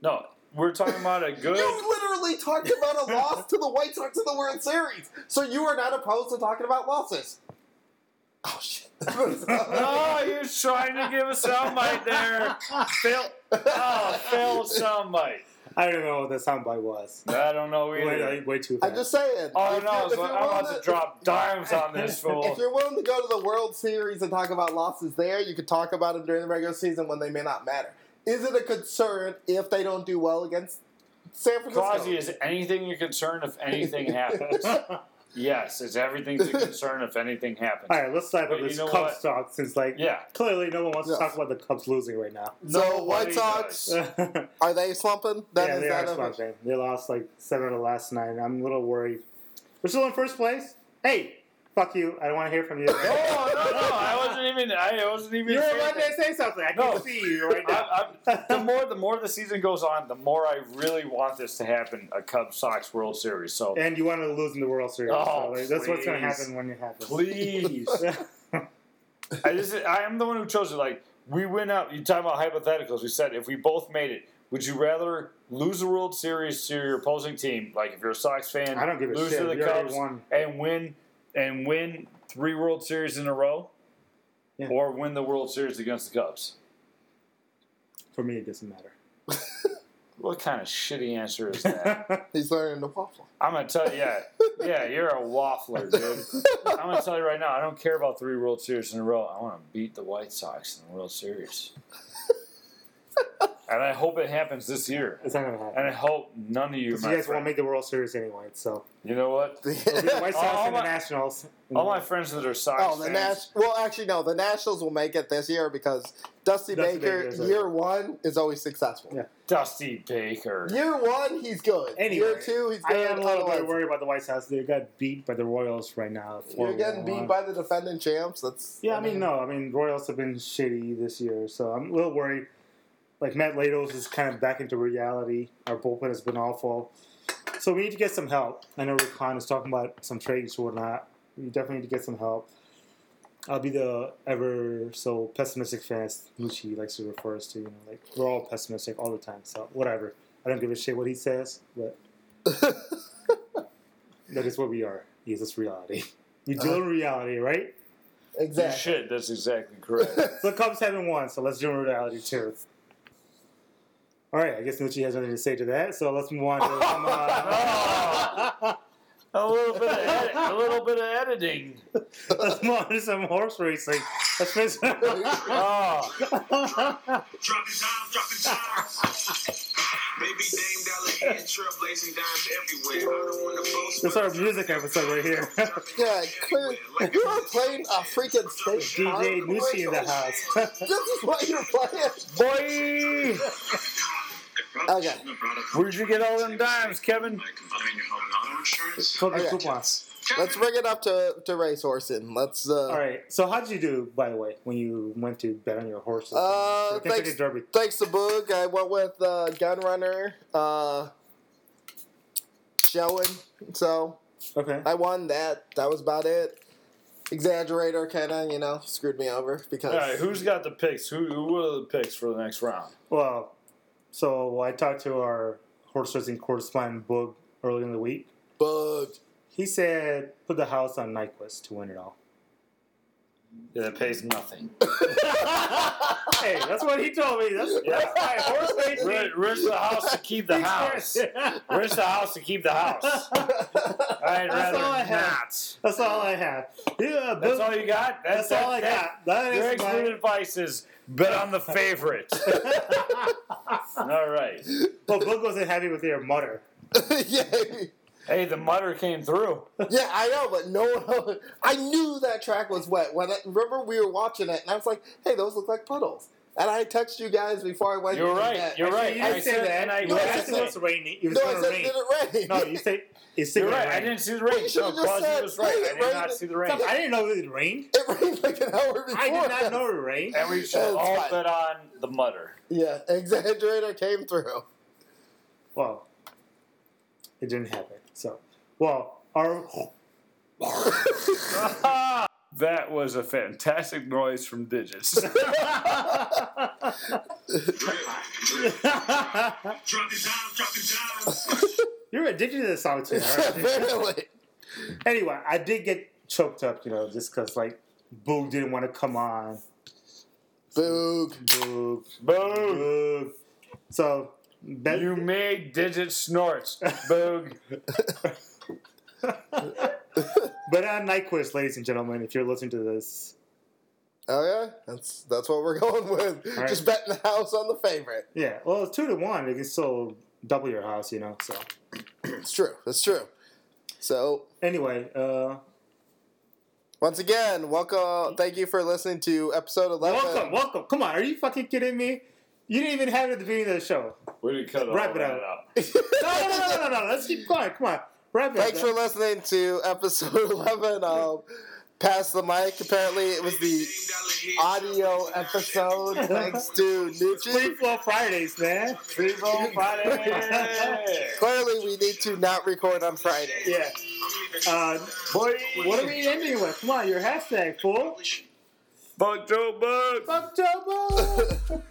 D: No, we're talking about a good.
E: You literally talked about a loss to the White Sox in the World Series, so you are not opposed to talking about losses. Oh shit!
D: oh, you're trying to give a soundbite there, Phil. Oh, Phil, soundbite.
B: I don't know what the soundbite was.
D: I don't know
B: Way,
D: either.
B: like, way too
E: I
B: fast.
E: just say it.
D: All I
E: If
D: know
E: you're-
D: is
E: if
D: Oh, I'm
E: you're
D: about
E: willing
D: to drop dimes on this
E: If
D: fool.
E: you're willing to go to the World Series and talk about losses there, you could talk about them during the regular season when they may not matter. Is it a concern if they don't do well against San Francisco?
D: Quasi, is anything a concern if anything happens? yes, is everything's a concern if anything happens?
B: All right, let's slap
D: But
B: up
D: you
B: this
D: know
B: Cubs
D: what?
B: talk since, like,
D: Yeah.
B: clearly no one wants
E: Yeah.
B: to talk about the Cubs losing right now.
E: so White
D: Nobody
E: Sox
D: does.
E: are they slumping? That
B: yeah,
E: is
B: they
E: that
B: are
E: of-
B: slumping. They lost like seven of the last nine. I'm a little worried. We're still in first place. Hey, fuck you. I don't want to hear from you.
D: No, no, no. I wasn't even. I wasn't even.
B: you were
D: saying
B: about
D: that.
B: to say something. I can
D: No.
B: see you right now.
D: I, I'm, the more the more the season goes on, the more I really want this to happen. A Cubs Sox World Series. So
B: and you want to lose in the World Series.
D: Oh,
B: so, like, that's what's going to
D: please.
B: happen when it happens.
D: please, I just I am the one who chose it. Like we went out. You talking about hypotheticals? We said if we both made it, would you rather lose the World Series to your opposing team? Like if you're a Sox fan,
B: I don't give a
D: lose
B: shit.
D: to the
B: We already
D: Cubs
B: won.
D: and win and win three World Series in a row,
B: Yeah.
D: or win the World Series against the Cubs.
B: For me, it doesn't matter.
D: What kind of shitty answer is that?
E: He's learning to waffle.
D: I'm gonna tell you, yeah, yeah, you're a waffler, dude. I'm gonna tell you right now, I don't care about three World Series in a row. I want to beat the White Sox in the World Series, and I hope it happens this year.
B: It's not going to happen.
D: And I hope none of you,
B: 'Cause
D: my
B: you guys won't
D: friend,
B: make the World Series anyway, so
D: you know what?
B: It'll be the White Sox
D: All
B: and the
D: my-
B: Nationals.
D: All my friends that are Sox
E: Oh, the Nash.
D: fans,
E: Well, actually, no. The Nationals will make it this year because
B: Dusty
E: Dusty, Baker,
B: Baker's a-
E: year one, is always successful.
B: Yeah.
D: Dusty Baker.
E: Year one, he's good.
B: Anyway,
E: year two, he's
B: I
E: good.
B: am a little
E: Otherwise,
B: bit worried about the White Sox. They got beat by the Royals right now.
E: You're getting
B: 4-1.
E: beat by the defending champs. That's
B: Yeah, I mean, no, I mean, Royals have been shitty this year, so I'm a little worried. Like Matt Latos is kind of back into reality. Our bullpen has been awful, so we need to get some help. I know Rick Hahn is talking about some trades or not. We definitely need to get some help. I'll be the ever so pessimistic fan as Lucci likes to refer us to. You know, like we're all pessimistic all the time, so whatever. I don't give a shit what he says, but that is what we are. Yes, it's reality. You deal in reality, right?
E: exactly.
D: Shit, that's exactly correct.
B: So the Cubs haven't won, so let's do a reality too. All right, I guess Nucci has nothing to say to that, so let's move on. To, uh, come on,
D: Oh. a little bit, of edi- a little bit of editing.
B: let's move on to some horse racing. Let's finish.
D: Oh,
F: Dropping dimes, dropping dimes. Baby Dame Dollar and trailblazing dimes everywhere. I don't want to boast.
B: That's our music episode right here.
E: Yeah, clear. You are playing a freaking state park.
B: DJ Nucci in the house.
E: This is what you're playing.
D: boy,
E: Okay.
D: where'd you get all them dimes, Kevin?
B: Cooking
E: Okay.
B: coupons.
E: Let's bring it up to to racehorsing. Let's. Uh,
B: All right. So how would you do, by the way, when you went to bet on your horses?
E: Uh,
B: For Kentucky
E: thanks-
B: Derby.
E: Thanks to Boog, I went with uh, Gunrunner, uh, Showing. So
B: Okay.
E: I won that. That was about it. Exaggerator kind of, you know, screwed me over because.
D: All right, who's got the picks? Who, who are the picks for the next round?
B: Well, so I talked to our horse racing correspondent Boog earlier in the week.
E: Boog.
B: He said put the house on Nyquist to win it all.
D: Yeah, that pays nothing.
B: Hey, that's what he told me. That's,
D: Yeah.
B: that's my horse racing.
D: Rich, Rich the house to keep the house. Rich the house to keep the house. I'd
B: That's
D: rather
B: all I
D: not.
B: have.
D: That's
B: That's all I have. Yeah, Boog,
D: all you got.
B: that's
D: that-
B: all I got.
D: that-
B: That
D: Your
B: is
D: expert
B: my,
D: advice is bet on the favorite. all right.
B: well, Boog wasn't happy with your mutter.
E: yeah,
D: Hey, the mutter came through.
E: yeah, I know, but no one. I knew that track was wet when I remember we were watching it, and I was like, "Hey, those look like puddles." And I texted you guys before I went.
D: You're
E: to
D: right.
E: that.
D: You're
B: Actually,
D: right.
B: You didn't
D: I
B: say
D: said-
B: that.
D: and I-
B: you
E: I
B: asked if
E: said
B: it
E: that.
B: was raining. It was
E: no, I
B: going to
E: said
B: rain.
E: did it rain?
B: No, you said it's
D: You're
B: gonna
D: right. I
B: rain.
D: didn't see the rain.
E: you should've
D: No,
E: just
D: Quasi
E: said-
D: was right. I did
E: Rain-
D: not see the rain.
B: I didn't know it rained.
E: It rained like an hour before.
B: I did not know it rained.
D: And we should
E: It's
D: all
E: fine.
D: bet on the mutter.
E: Yeah, exaggerator came through.
B: Well, it didn't happen. So, well, our
D: That was a fantastic noise from Digits.
F: Drop it down, drop it down.
B: You're addicted to this song too. Right?
E: Apparently.
B: anyway, I did get choked up, you know, just because like Boog didn't want to come on.
E: Boog.
B: Boog,
D: Boog.
B: Boog. So that,
D: You made Digit snorts. Boog.
B: but uh, Nyquist, ladies and gentlemen, if you're listening to this,
E: Oh yeah, that's that's what we're going with.
B: right.
E: Just betting the house on the favorite.
B: yeah, well, it's two to one. You can still double your house, you know. So
E: It's true. It's true. So
B: anyway, uh,
E: once again, welcome. Thank you for listening to episode eleven.
B: welcome, welcome. Come on, are you fucking kidding me? You didn't even have it at the beginning of the show.
D: We didn't cut all
B: Wrap it
D: that
B: up.
D: out.
B: No, no, no, no, no, no. Let's keep going. Come on, wrap it. up.
E: Thanks for listening to episode eleven of Pass the Mic. Apparently, it was the audio episode. Thanks to
B: Free
E: Nucci.
B: Flow Fridays, man.
D: Free roll Friday.
E: Clearly, we need to not record on Friday.
B: Yeah. Uh,
D: Boy,
B: what are we ending with? Come on, your hashtag, fool.
D: Fuck Joe Bugs.
B: Fuck Joe Bug.